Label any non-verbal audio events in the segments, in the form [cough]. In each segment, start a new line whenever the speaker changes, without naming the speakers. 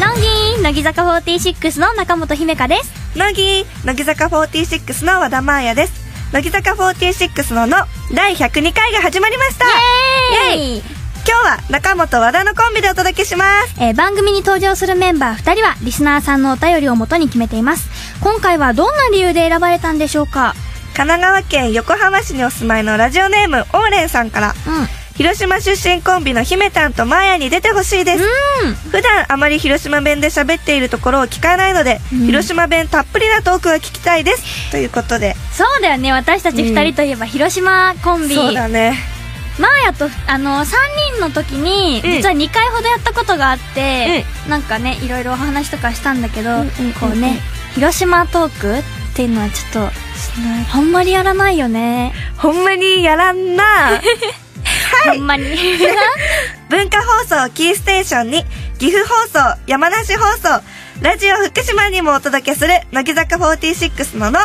乃木坂46の中本姫香です
乃木乃木坂46の和田真彩です乃木坂46のの第102回が始まりました
イエーイ
今日は中本和田のコンビでお届けします
えー番組に登場するメンバー2人はリスナーさんのお便りをもとに決めています今回はどんな理由で選ばれたんでしょうか
神奈川県横浜市にお住まいのラジオネームオーレンさんから
うん
広島出身コンビの姫たんとマーヤに出てほしいです
うん
普段あまり広島弁で喋っているところを聞かないので、
うん
広島弁たっぷりなトークが聞きたいですということで
そうだよね私たち2人といえば広島コンビ、
そうだね
マーヤとあの3人の時に、
うん
実は2回ほどやったことがあって、なんかねいろいろお話とかしたんだけど、
うんうんうんうん
こうね広島トークっていうのはちょっとあんまりやらないよね、
ほんまにやらんな
あんまりうん
文化放送をキーステーションに岐阜放送山梨放送ラジオ福島にもお届けする乃木坂46のの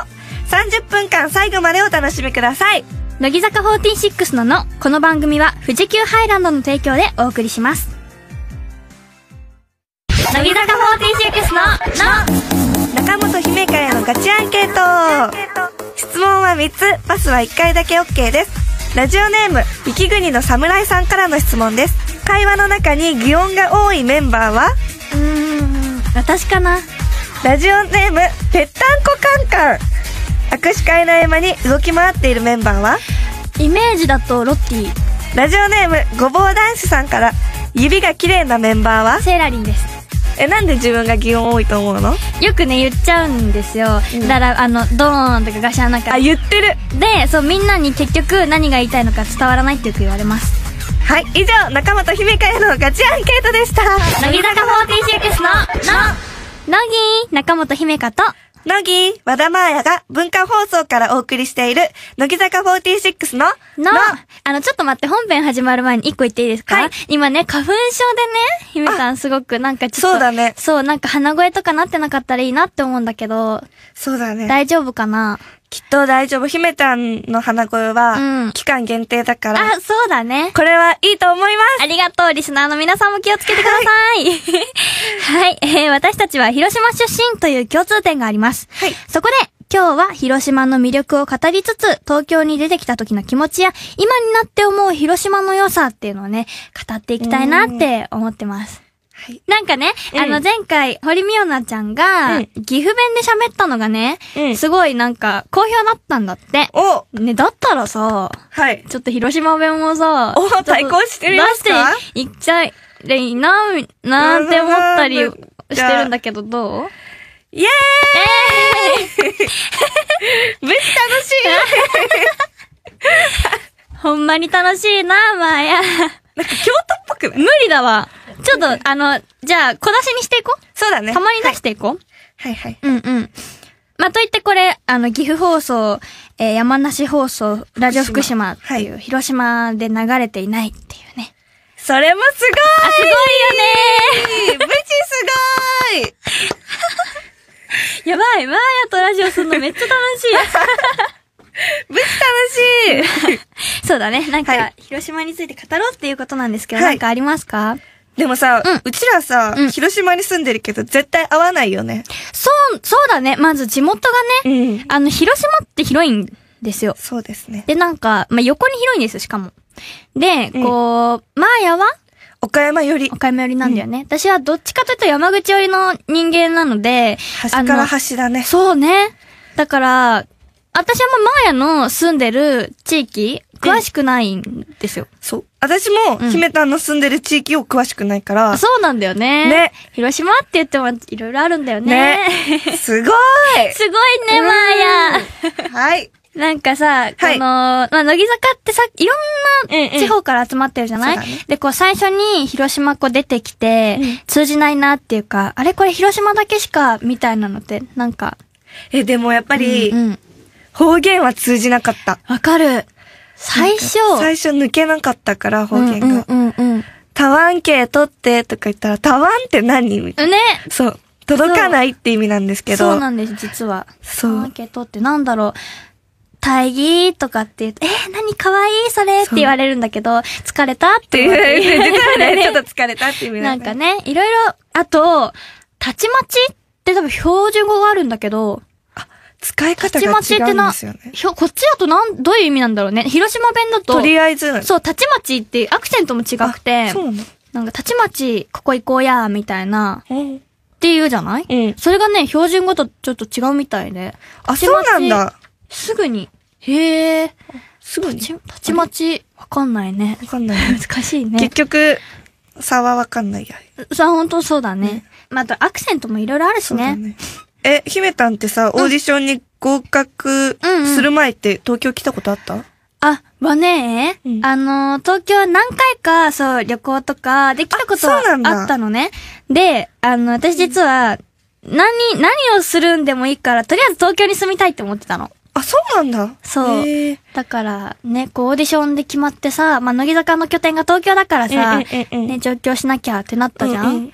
30分間最後までお楽しみください
[laughs] 乃木坂46ののこの番組は富士急ハイランドの提供でお送りします乃木坂46のの
中本姫香へのガチアンケート質問は3つパスは1回だけ OK ですラジオネーム雪国の侍さんからの質問です会話の中に擬音が多いメンバーは
うーん私かな
ラジオネームぺったんこカンカン握手会の合間に動き回っているメンバーは
イメージだとロッティ
ラジオネームごぼう男子さんから指が綺麗なメンバーは
セーラリンです
えなんで自分が擬音多いと思うの
よくね言っちゃうんですよ、
うん
だからあのドーンとかガシャンなんか
あ言ってる
でそうみんなに結局何が言いたいのか伝わらないってよく言われます
はい以上中本姫香へのガチアンケートでした
乃木坂46のの乃木中本姫香と
乃木和田真彩が文化放送からお送りしている乃木坂46の
のあの、ちょっと待って、本編始まる前に一個言っていいですか、
はい
今ね、花粉症でね、ひめさんすごくなんかちょっと。
そうだね
そう、なんか鼻声とかなってなかったらいいなって思うんだけど、
そうだね
大丈夫かな
きっと大丈夫姫たんの花声
う
は
ん
期間限定だから、
あ、そうだね。
これはいいと思いま
ありがとう、リスナーの皆さんも気をつけてくだ
[laughs]
さい。はい、えー私たちは広島出身という共通点があります。
はい
そこで、今日は広島の魅力を語りつつ、東京に出てきた時の気持ちや、今になって思う広島の良さっていうのをね、語っていきたいなって思ってます。
すはい
なんかね、
うん
あの前回、堀美央奈ちゃんが、
うん
岐阜弁で喋ったのがね、
うん
すごいなんか、好評だったんだって。
お
ね、だったらさ、
はい
ちょっと広島弁をさ、
お対抗してみますか
出していっちゃえれいな、みなんて思ったり
うん
してるんだけど、どう
イエーイ、めっちゃ楽しい
ほんまに楽しいな、まあや。
なんか京都っぽくない
無理だわ。ちょっと、あの、じゃあ、小出しにしていこう。
そうだね。
たまに出していこう。
はいはい。
うんうん。まあ、といってこれ、あの、岐阜放送、えー山梨放送、ラジオ福島っていう、
は
広島で流れていないっていうね。
それもす
あ、すごいよね
ごい無事すごい
やばい、まあやとラジオするのめっちゃ楽しい。
無事楽しい
そうだね。なんか、
はい
広島について語ろうっていうことなんですけど、
はい
なんかありますか
でもさ、
うん
うちらさ、
うん
広島に住んでるけど絶対合わないよね。
そう、そうだね。まず地元がね、
ん。
あの、広島って広いんですよ。
そうですね。
で、なんか、まあ、横に広いんですよ、しかも。で、
うん
こう、マーヤは
岡山より、
岡山寄りなんだよね。私はどっちかというと山口寄りの人間なので、
端から端だね。
そうね。だから、私はもうマーヤの住んでる地域、詳しくないんですよ。
そう。私
う
も、
ん
姫たんの住んでる地域を詳しくないから。
そうなんだよね。
ね
広島って言ってもいろいろあるんだよ [laughs]
すごい
すごいね、マーヤ。
はい。
なんかさ、この、まあ、乃木坂ってさ、いろん
うんう
なん地方から集まってるじゃない、
そうだね
で、こう最初に広島こう出てきて、
うん
通じないなっていうか、あれこれ広島だけしか、みたいなのって、なんか。
え、でもやっぱり
う、ん、うん。
方言は通じなかった。
わかる。最初。
最初抜けなかったから、方言が。
うんうんうん、うん。ね、
タワン系取ってとか言ったら、タワンって何みたいな。そう。届かないって意味なんですけど。
そうなんです、実は。
そう
アンケートってなんだろう。大義とかって言うと、えー、何可愛いそれって言われるんだけど、疲れたっ
って
て
い
言わ
[laughs] う
れる。 [laughs]
ね。ちょっと疲れたっていう意味
なん
だ
かね、いろいろ、あと、たちまちって多分標準語があるんだけど、
使い
た
方
ち
が
まちっ
違
て
うん
な、
ですよね。
ひょこっちだとなん、どういう意味なんだろうね。広島弁だと、
とりあえず。
そう、たちまちってアクセントも違くて
あ、そうなの
なんかたちまち、ここ行こうや、みたいな、
うん。
っていうじゃない
うん。
それがね、標準語とちょっと違うみたいで、
あ、そうなんだ。
すぐに、へえ、
すぐに。
ちたちまち、わかんない
[laughs]
ね。
わかんない。
難しいね。
結局、差はわかんないや。
さあ、ほんとそうだね。まあ、あとアクセントもいろいろあるし
そうだ
ね。
ね。え、ひめたんってさ、オーディションに合格
うんうん
する前って東京来たことあった
あ、はね、
うん
あのー、東京は何回か、そう、旅行とか、できたことは
あそうなんだ
あったのね。で、あの、私実は、何、何をするんでもいいから、とりあえず東京に住みたいって思ってたの。
あ、そうなんだ。
そう
へー
だから、ね、こう、オーディションで決まってさ、まあ、乃木坂の拠点が東京だからさ、
うんうんうんうん
ね、上京しなきゃってなったじゃん。
うう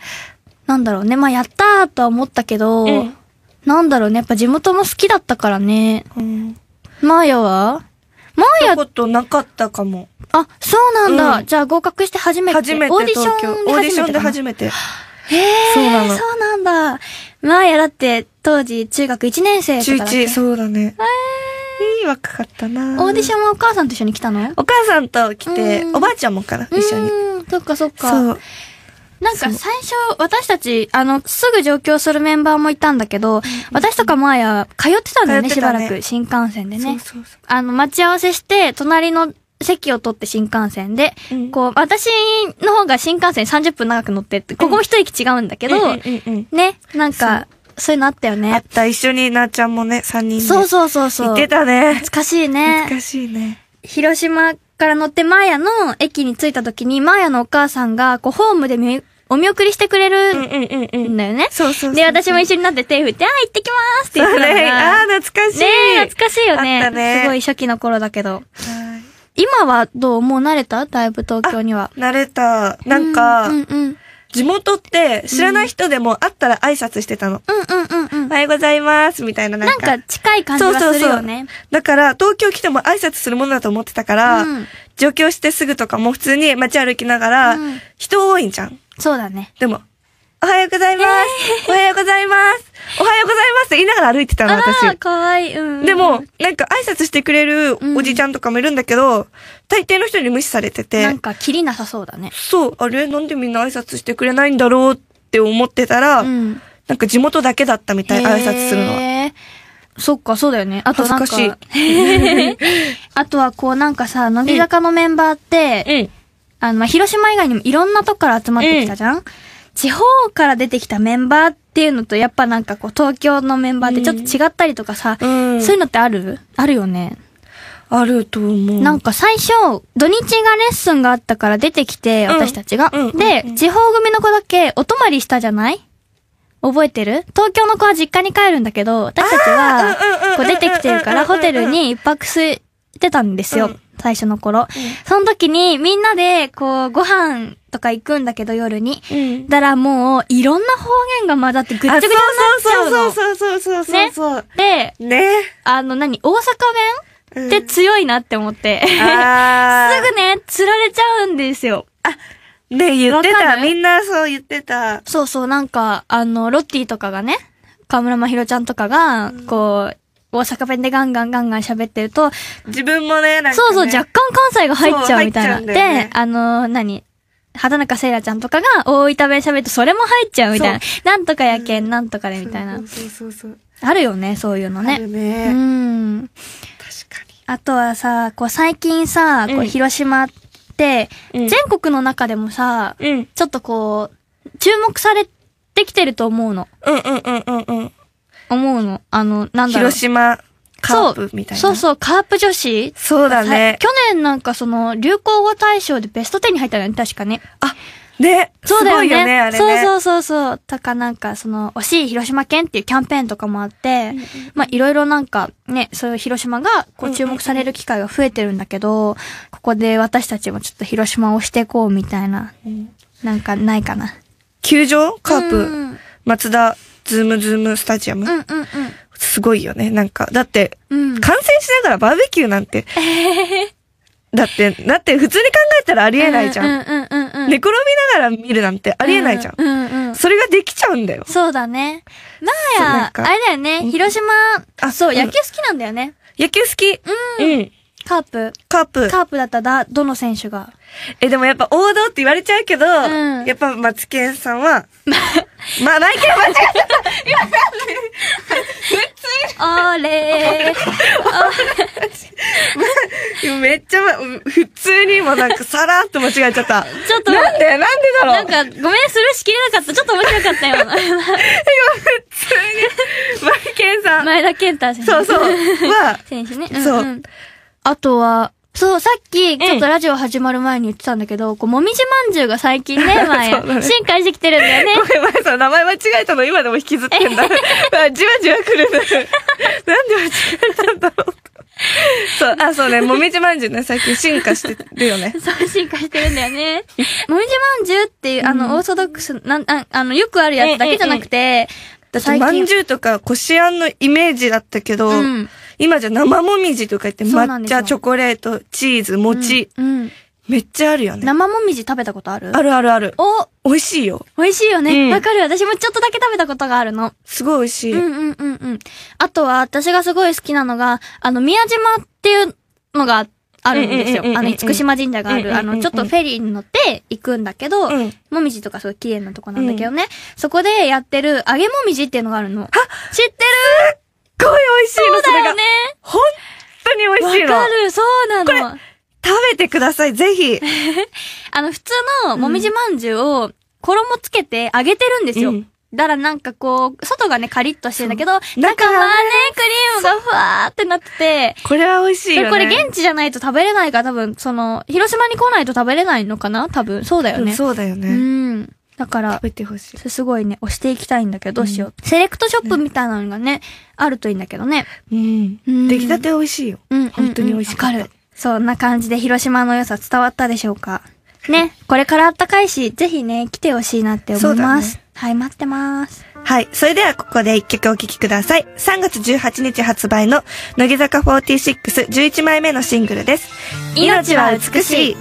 なんだろうね、まあ、やったーとは思ったけど、
うん
なんだろうね、やっぱ地元も好きだったからね。
うん。
マーヤはマー
や
ヤ
っ、たことなかったかも。
あ、そうなんだ。
うん
じゃあ合格して初めて。
初めて
オーディシ
東京。
ョンで初めてかな。
オーディションで初めて。
へえ、
そうなの
そうなんだ。マーヤだって、当時中学1年生とか
中
だっけ
1、そうだね。いい若かったな
オーディションはお母さんと一緒に来たの
お母さんと来て
う、ん
おばあちゃんもかな、一緒に。
うーん、そっかそっか。
そう。
なんか最初、私たち、あの、すぐ上京するメンバーもいたんだけど、私とかマーヤ、通ってたんだよね、
通って
したば
ね
らく。新幹線でね。
そうそうそ
あの、待ち合わせして、隣の席を取って新幹線で、
うん
こう、私の方が新幹線30分長く乗ってって、ここも一駅違うんだけ
う。
ど、
うんうんうんうん
ね、なんか、そういうのあったよ
あっ
ね。
た、一緒になあちゃんもね、3人で。
そうそうそうそう。
行ってたね。
懐かしい
懐
ね。
かしいね。
広島から乗ってマーヤの駅に着いた時に、マーヤのお母さんが、こう、ホームでみお見送りしてくれ
うん
る
うんうんうん
だよね。
そうそうそう。
で、私も
緒
一緒になって手振って、あ、行ってきますって言っ
だ
てたの
ね。あ
が。
あー、懐かしい。
ねえ懐かしいよ
あっ
ね
たね
すごい初期の頃だけど。
はい
今はどうもう慣れただいぶ東京には。
慣れた。なんか
う、んうんうん。
地元って知らない人でも会ったら挨拶してたの。
うんうんうんう
お
ん。
はようございます、みたいなな
なんん
か。
か近い感じがするよね。
だから、東京来ても挨拶するものだと思ってたから、
うん
上京してすぐとかも普通に街歩きながら、
うん
人多いんじゃん。
そうだね。
でも、おはようございます、おはようございますおはようございますって言いながら歩いてたの、
あら、
私。
かわいい。うん。
でも、、なんか挨拶してくれるおじちゃんとかもいるんだけど、大抵の人に無視されてて
なん、かキリなさそうだね。
そう、あれなんでみんな挨拶してくれないんだろうって思ってたら、
うん。
なんか地元だけだったみたい、挨拶するのは。
へー。そっか、そうだよね。あとなんか、
恥ずか
[laughs] あとはこうなんかさ、乃木坂のメンバーって、
うん。
あの、まあ、広島以外にもいろんなとこから集まってきたじゃん、地方から出てきたメンバーっていうのと、やっぱなんかこう、東京のメンバーってちょっと違ったりとかさ、
うん
そういうのってあるあるよね。
あると思う。
なんか最初、土日がレッスンがあったから出てきて、
うん
私たちが。
うん
で
うん、
地方組の子だけお泊まりしたじゃない覚えてる東京の子は実家に帰るんだけど、私たち
あーうんうんうんうんうん
は、こう出てきてるからホテル
うんうん
に一泊してたんですよ。
うん
最初の頃。その時にみんなで、こう、ご飯とか行くんだけど夜に。
うん。
だからもう、いろんな方言が混ざってぐっちゃぐちゃになっちゃうの。
そうそうそうそうそうそうそう。
で、
ね。
あの何、大阪
うん
弁って強いなって思って。
あー
すぐね、釣られちゃうんですよ。
ね、言って
わか
た。
る
みんなそう言ってた。
そうそう、なんか、あの、ロッティとかがね、河村真宏ちゃんとかが、こう、大阪弁でガンガンガンガン喋ってると、
自分もね、なんか、ね。
そうそう、若干関西が入っちゃうみたい
そ
な。
う入っちゃうんだよね
で、あの、何畑中聖羅ちゃんとかが大分弁喋ってそれも入っちゃうみたいな。なんとかやけん、なんとかでみたいな
そう。そうそうそう。
あるよね、そういうの
あ
ね
る。
う
ね。
ん。
確かに。
あとはさ、こう最近さ、こ
う
うん広島って、
うん
全国の中でもさ、
うん。
ちょっとこう、注目されてきてると思うの。
うんうんうんうんうん。
思うの。あの、なんだろう。
広島カープみたいな。
そうそうそう、カープ女子
そうだね
さ去年なんかその、流行語大賞でベスト10に入ったのよね、確かね。
あ、ね。
そうだよね。
すごいよね、あれね。
そうそうそうそう。だからなんか、その、惜しい広島県っていうキャンペーンとかもあって、まあいろいろなんか、ね、そういう広島が、こう注目される機会が増えてるんだけど、ここで私たちもちょっと広島を推していこうみたいな、
うん
なんかないかな。
球場カー
うん
プ。松田、ズームズームスタジアム。
うんうん
すごいよね。なんか、だって、
うん。うん。
感染しながらバーベキューな
[laughs]
んて。だって、だって普通に考えたらありえないじゃん。
うんうんうんうん。
寝転びながら見るなんてありえないじゃん。
うんうんうんうん、
それができちゃうんだよ。
そうだね。
そう
まあ
なん
や、
か
あれだよね、広島、
あ
そう、
うん
野球好きなんだよね。
野球好き。うん。
カープ。
カープ。
カープだったらだ、どの選手が。
え、でもやっぱ王道って言われちゃうけど、
ん
やっぱマツケンさん
[laughs]
は、ま、マイケル間違えた
あれー。
今めっちゃ、うん普通にもなんかさらっと間違えち
[laughs]
ゃった。
ちょっと
なんでなんでだろう
なんか、ごめん、スルーしきれなかった。ちょっと面白かった
[laughs]
よ。
普通に、マイケンさん。
前田健太選手。
そうそう。は、
選手ね。
そうん
んあとは、そう、さっき、ちょっとラジオ始まる前に言ってたんだけど、こう、もみじまんじゅうが最近ね、前、
[laughs] そうだね
進化してきてるんだよね。
ごめん、マイさん、名前間違えたの今でも引きずってんだ。あじわじわくるな。なんで間違えたんだろうそう、あ、そうね、もみじまんじゅうね、最近進化してるよね。
[laughs] そう、進化してるんだよね。もみじまんじゅうっていう、あの、オーソドックス、なん、ああの、よくあるやつだけじゃなくて、
だって、まんじゅうとか、こしあんのイメージだったけど、
うん
今じゃ生もみじとか言って、
そうなん
抹
ですよ
茶、チョコレート、チーズ、餅、
うん。うん
めっちゃあるよね。
生もみじ食べたことある
あるあるある。
お、
美味しいよ。
美味しいよ
うん
ね。わかる。私もちょっとだけ食べたことがあるの。
すごい美味しい。
うんうんうんうん。あとは、私がすごい好きなのが、あの、宮島っていうのがあるんですよ
うんうんうんうんう。ん
あの、厳島神社があ
うんうん
る。
うん
あの、ちょっとフェリーに乗って行くんだけど、
うん
もみじとかすごい綺麗なとこなんだけどね。そこでやってる、揚げもみじっていうのがあるの。知ってる
すっごい美味しい
そ
の、
う
そ
だ
れが
よね。。
本当に美
わ
味しいの。
かる、そうなの。
食べてください、ぜひ。
あの、普通のもみじまんじゅうを衣つけて揚げてるんですよ。
うん
だからなんかこう、外がね、カリッとしてるんだけど、
う
中はね
中はね、
クリームがふわーってなってて、
これは美味しいよね。
これ現地じゃないと食べれないから多分、その、広島に来ないと食べれないのかな多分、そうだよ
うん
ね。
そうだよ
う
ね。
ん。だから
食、べてほしい。
すごいね、押していきたいんだけど、どうしよう。セレクトショップみたいなのがね、あるといいんだけどね。
うん。
うん
出来たて美味しいよ。
うんうんうん
本当に美味しかっ
わ
た
かる。そんな感じで広島の良さ伝わったでしょうか。ね、これから暖かいし、ぜひね、来てほしいなって
そ
思
う
い
だ
ま
ね
す。はい、待ってます。
はい。それではここで一曲お聴きください。3月18日発売の乃木坂46、11枚目のシングルです。
命は美しい。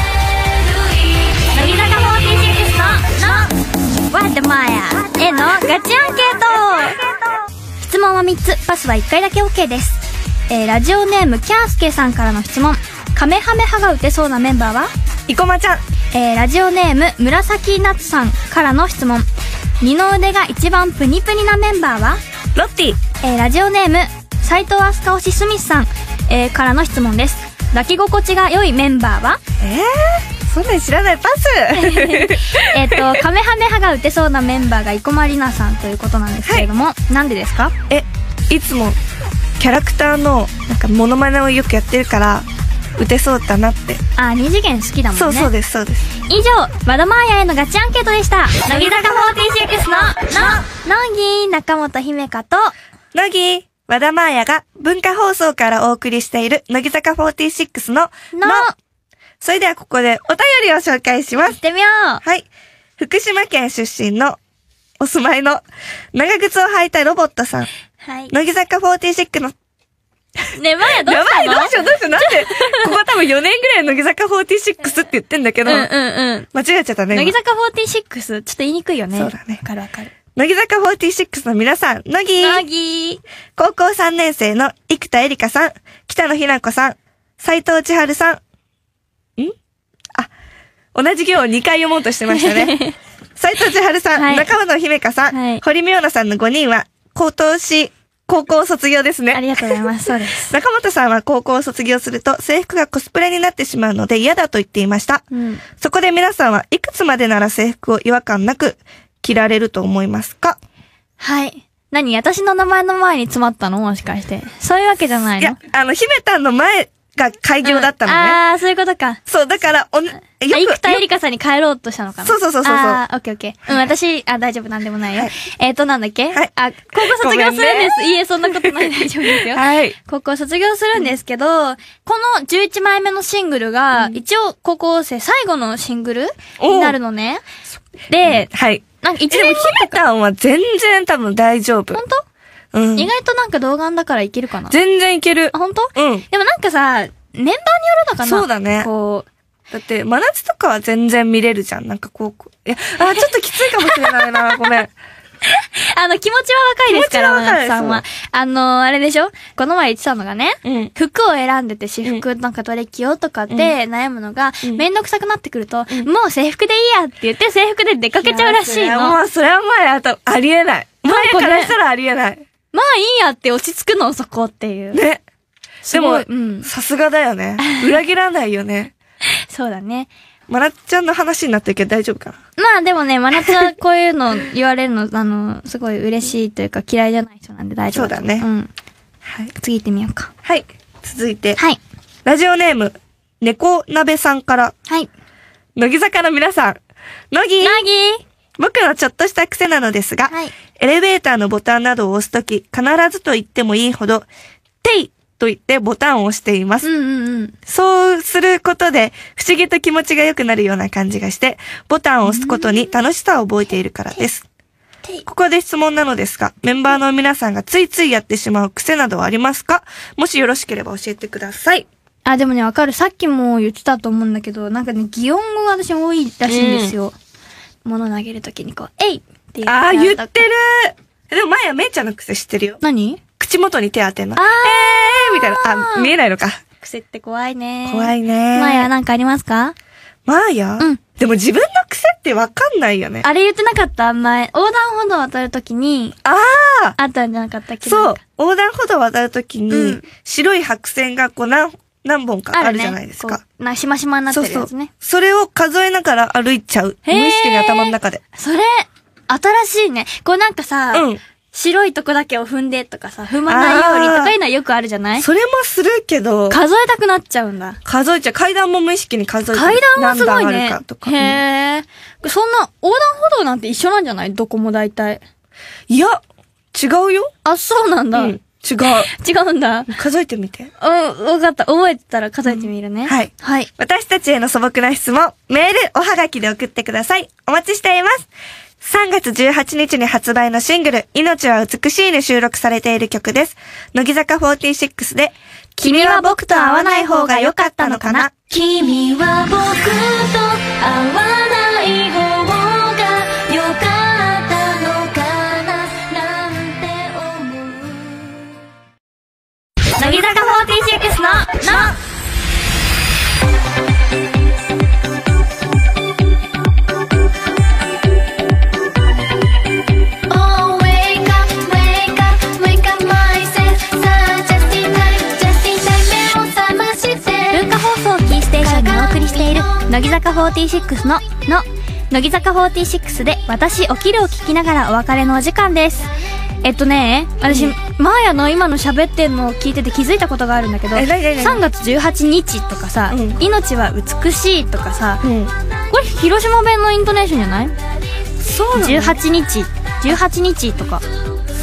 乃木坂46の、の、わってまや、へのガチアンケート質問は3つ、パスは1回だけ OK です。えー、ラジオネーム、キャースケさんからの質問。カメハメ歯が打てそうなメンバーは
生駒ちゃん。
えー、ラジオネーム、紫夏さんからの質問。二の腕が一番プニプニなメンバーは
ロッティ。
えーラジオネーム斉藤飛鳥推しスミスさん、えーからの質問です抱き心地が良いメンバー
[laughs]
は
えー、そんなに知らないパス
えっとカメハメ派が打てそうなメンバーが生駒里奈さんということなんですけれども、なんでですか
え、いつもキャラクターのなんかモノマネをよくやってるから、打てそうだなって。
あー二次元好きだもんね
そうそうです、そうです。
以上和田マーヤへのガチアンケートでした乃木坂46のの乃木中本姫香と
乃木、和田真彩が文化放送からお送りしている乃木坂46の
の
それではここでお便りを紹介します
行っ。てみよう
はい。福島県出身の、お住まいの、長靴を履いたロボットさん。
はい
乃木坂46の、
[laughs] ねマーヤどう
や
し
ば
た
い
の
どうしようどうしようなん
[laughs]
で、ここ多分4年ぐらい乃木坂46って言ってんだけど、
うんうんうん
間違えちゃったね。
乃木
今
坂46ちょっと言いにくいよね
そうだね
わかるわかる
乃木坂46の皆さん、乃木
乃木
高校3年生の生田絵梨香さん、北野日な子さん、斎藤千春さん。んあ、同じ行を2回読もうとしてまし
[laughs]
たね。斎藤千春さん、
はい
中本姫香さん、
はい
堀美央奈さんの5人は、今年、高校卒業です
あ
ね。
りがとうございます。そうです。
中本さんは高校を卒業すると制服がコスプレになってしまうので嫌だと言っていました。
うん。
そこで皆さんはいくつまでなら制服を違和感なく着られると思いますか
はい。何私の名前の前に詰まったのもしかして。そういうわけじゃない
いや
の、
あの、姫たんの前が開業だったのね。
ああ、そういうことか。
そう、だから、おん、よ
あ
く、
生田絵
よ
梨花さんに帰ろうとしたのかな
そうそうそうそうそう
あーオッケーオッケー。うん、私、あ、大丈夫、なんでもないよ
はい。
えっと、なんだっけ
はい
あ、高校卒業するん
ごめん
です。いいえ、そんなことない、大丈夫です
く
よ。
はい。
高校卒業するんですけど、この11枚目のシングルが、一応高校生最後のシングル
おう
になるのね。で、
はい。
なんか1
でも、
年
ひめたんは全然多分大丈夫
本。当、
うん。
意外となんか動画だからいけるかな。
全然いける
あ、。本当
うん。
でもなんかさ、年代によるのかな
そうだね
こう、
だって、真夏とかは全然見れるじゃん。なんかこうこう、いや、あー、ちょっときついかもしれないな。ご
[laughs]
めん。
あの、気持ちは若いですから、
気持ちは若いです
さんは。あの、あれでしょこの前言ってたのがね、
うん。
服を選んでて私服なんかどれ着ようとかって悩むのが、
うん
めんどくさくなってくると、もう制服でいいやって言って制服で出かけちゃうらしい
や
の。
もう、それは前、あと、ありえない。
なん
前
かね
からしたらありえない。
まあいいやって落ち着くの、そこっていう。
ね。
す
でも
ごい、うん。
さすがだ
[laughs]
よね。裏切らないよね。
そうだね。
まなっちゃんの話になってるけど大丈夫かな
まあでもね、真夏はこういうの言われるの、あの、すごい嬉しいというか嫌いじゃない人なんで大丈夫と思
そうだね
うん。
はい。
次行ってみようか。
はい。続いて、
はい。
ラジオネーム、猫鍋さんから、
はい。
乃木坂の皆さん。乃木
なぎ
僕のちょっとした癖なのですが、
はい
エレベーターのボタンなどを押すとき、必ずと言ってもいいほど、ていと言ってボタンを押しています。
うんうんうん。
そうすることで、不思議と気持ちが良くなるような感じがして、ボタンを押すことに楽しさを覚えているからです。
てい
ここで質問なのですが、メンバーの皆さんがついついやってしまう癖などはありますかもしよろしければ教えてください。
あ、でもね、わかる。さっきも言ってたと思うんだけど、なんかね、擬音語が私多いらしいんですよ。物投げるときにこう、えいって言っ
ああ、言
ちゃうとか
ってるでも前はめいちゃんの癖知ってるよ。
何
口元に手当てんの。
あ
え
あ
ーみたいな。あ、見えないのか。
癖って怖いね。
怖いね
前はなんかありますか
マーヤ
うん
でも自分の癖ってわかんないよね。
あれ言ってなかった前、横断歩道渡るときに、
ああ
あったんじゃなかったっけ
そ
な
うん
か。
横断歩道を渡るときに、
うん
白い白線がこう何、何本かあるじゃないです
ある
か
ね。こうな、しましまになって
そう
る
そ
や
う
つね。。
それを数えながら歩いちゃう。
へ
無
ー
意識に頭の中で。
それ、新しいね。こうなんかさ、
うん
白いとこだけを踏んでとかさ、踏まないようにとかいうのはよくあるじゃない
それもするけど、
数えたくなっちゃうんだ。
数えちゃう。階段も無意識に数えちゃう。
階段はすごい
何段あ
ね
るかと。か。うん
へえ。そんな、横断歩道なんて一緒なんじゃないどこも大体。
いや、違うよ。
あ、そうなん
う
だ。
ん。違
違
う。
うんだ。
数えてみて。
うん、わかった。覚えてたら数えてみるね。
うんはい
はい。
私たちへの素朴な質問、メール、おはがきで送ってください。お待ちしています。3月18日に発売のシングル、命は美しいに収録されている曲です。乃木坂46で、君は僕と会わない方が良かったのかな。
君は僕と会わない方が良かったのかななんて思う
乃木坂46の、の文化放送をキーステーションにお送りしている乃木坂46の「の」乃木坂46で「私起きる」を聞きながらお別れのお時間ですえっとね私、マーヤの今の喋ってんのを聞いてて気づいたことがあるんだけど
え何何何
3月18日とかさ「
うん
命は美しい」とかさ、
うん。
これ広島弁のイントネーションじゃない
そうなの
18日18日とか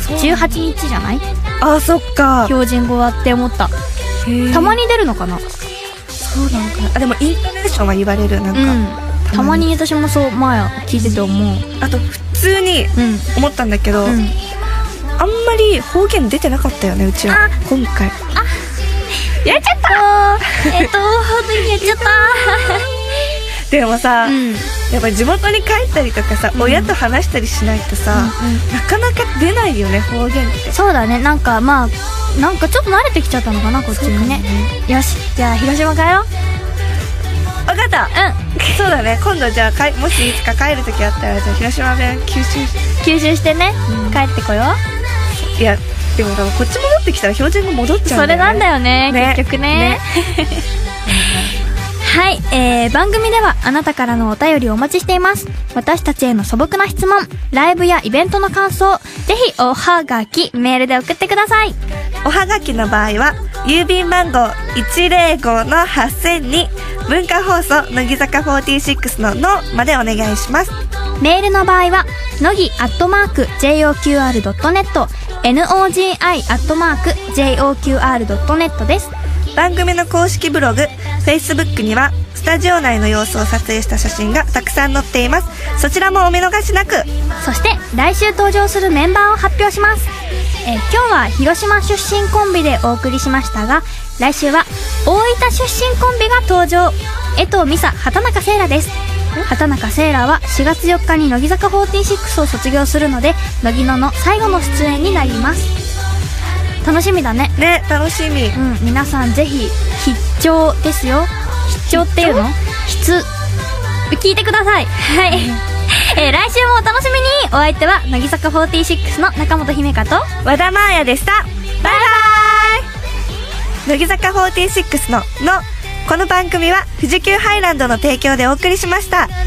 18日じゃない
あ、そっか。
標準語はって思ったたま
に。
に出るのかな
そうなのかな。あ、でもイントネーションは言われる。なんか、
うんたまに私もそう前聞いてて思う
あと、普通に
うん
思ったんだけど、
うん
あんまり方言出てなかったよね、うちは。今回。
やっちゃったえっと本当にやっちゃった
でもさ、
うん
やっぱ地元に帰ったりとかさ、親と話したりしないとさ、なかなか出ないよね方言って
そうだねなんかまあなんかちょっと慣れてきちゃったのかなこっちにねよしじゃあ広島帰ろう
分かった
う
そうだね今度じゃあかいもしいつか帰る時あったらじゃあ広島弁吸収し
ん吸収してね帰ってこよ
いやでも多分こっち戻ってきたら標準語戻っ
う
ちゃう
そ
んだ
れ
よ、ね、
なんだよね
ね
結局ねはい、えー、番組ではあなたからのお便りをお待ちしています。私たちへの素朴な質問、ライブやイベントの感想、ぜひおはがき、メールで送ってください。
おはがきの場合は郵便番号105-8000に文化放送乃木坂46ののまでお願いします
メールの場合は、のぎアットマーク JOQR.net、NOGI アットマーク JOQR.net です。
番組の公式ブログ Facebook にはスタジオ内の様子を撮影した写真がたくさん載っていますそちらもお見逃しなく
そして、来週登場するメンバーを発表します。えー今日は広島出身コンビでお送りしましたが、来週は大分出身コンビが登場。江藤美沙、畑中聖羅です。畑中聖羅は4月4日に乃木坂46を卒業するので、乃木のの最後の出演になります。楽しみだね。
ね楽しみ
うん、皆さんぜひ必聴ですよ必聴っていうの必聞いてくださいはい、えー来週もお楽しみにお相手は乃木坂46の中本姫香と
和田真彩でしたバイバイ乃木坂46の「の」この番組は富士急ハイランドの提供でお送りしました
「